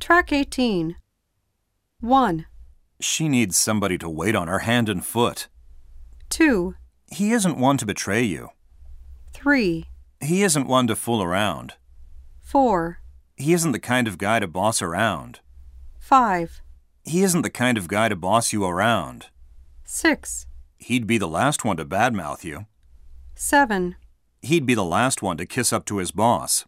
Track 18. 1, She needs somebody to wait on her hand and foot. 2, He isn't one to betray you. 3, He isn't one to fool around. 4, He isn't the kind of guy to boss around. 5, He isn't the kind of guy to boss you around. 6, He'd be the last one to badmouth you. 7, He'd be the last one to kiss up to his boss.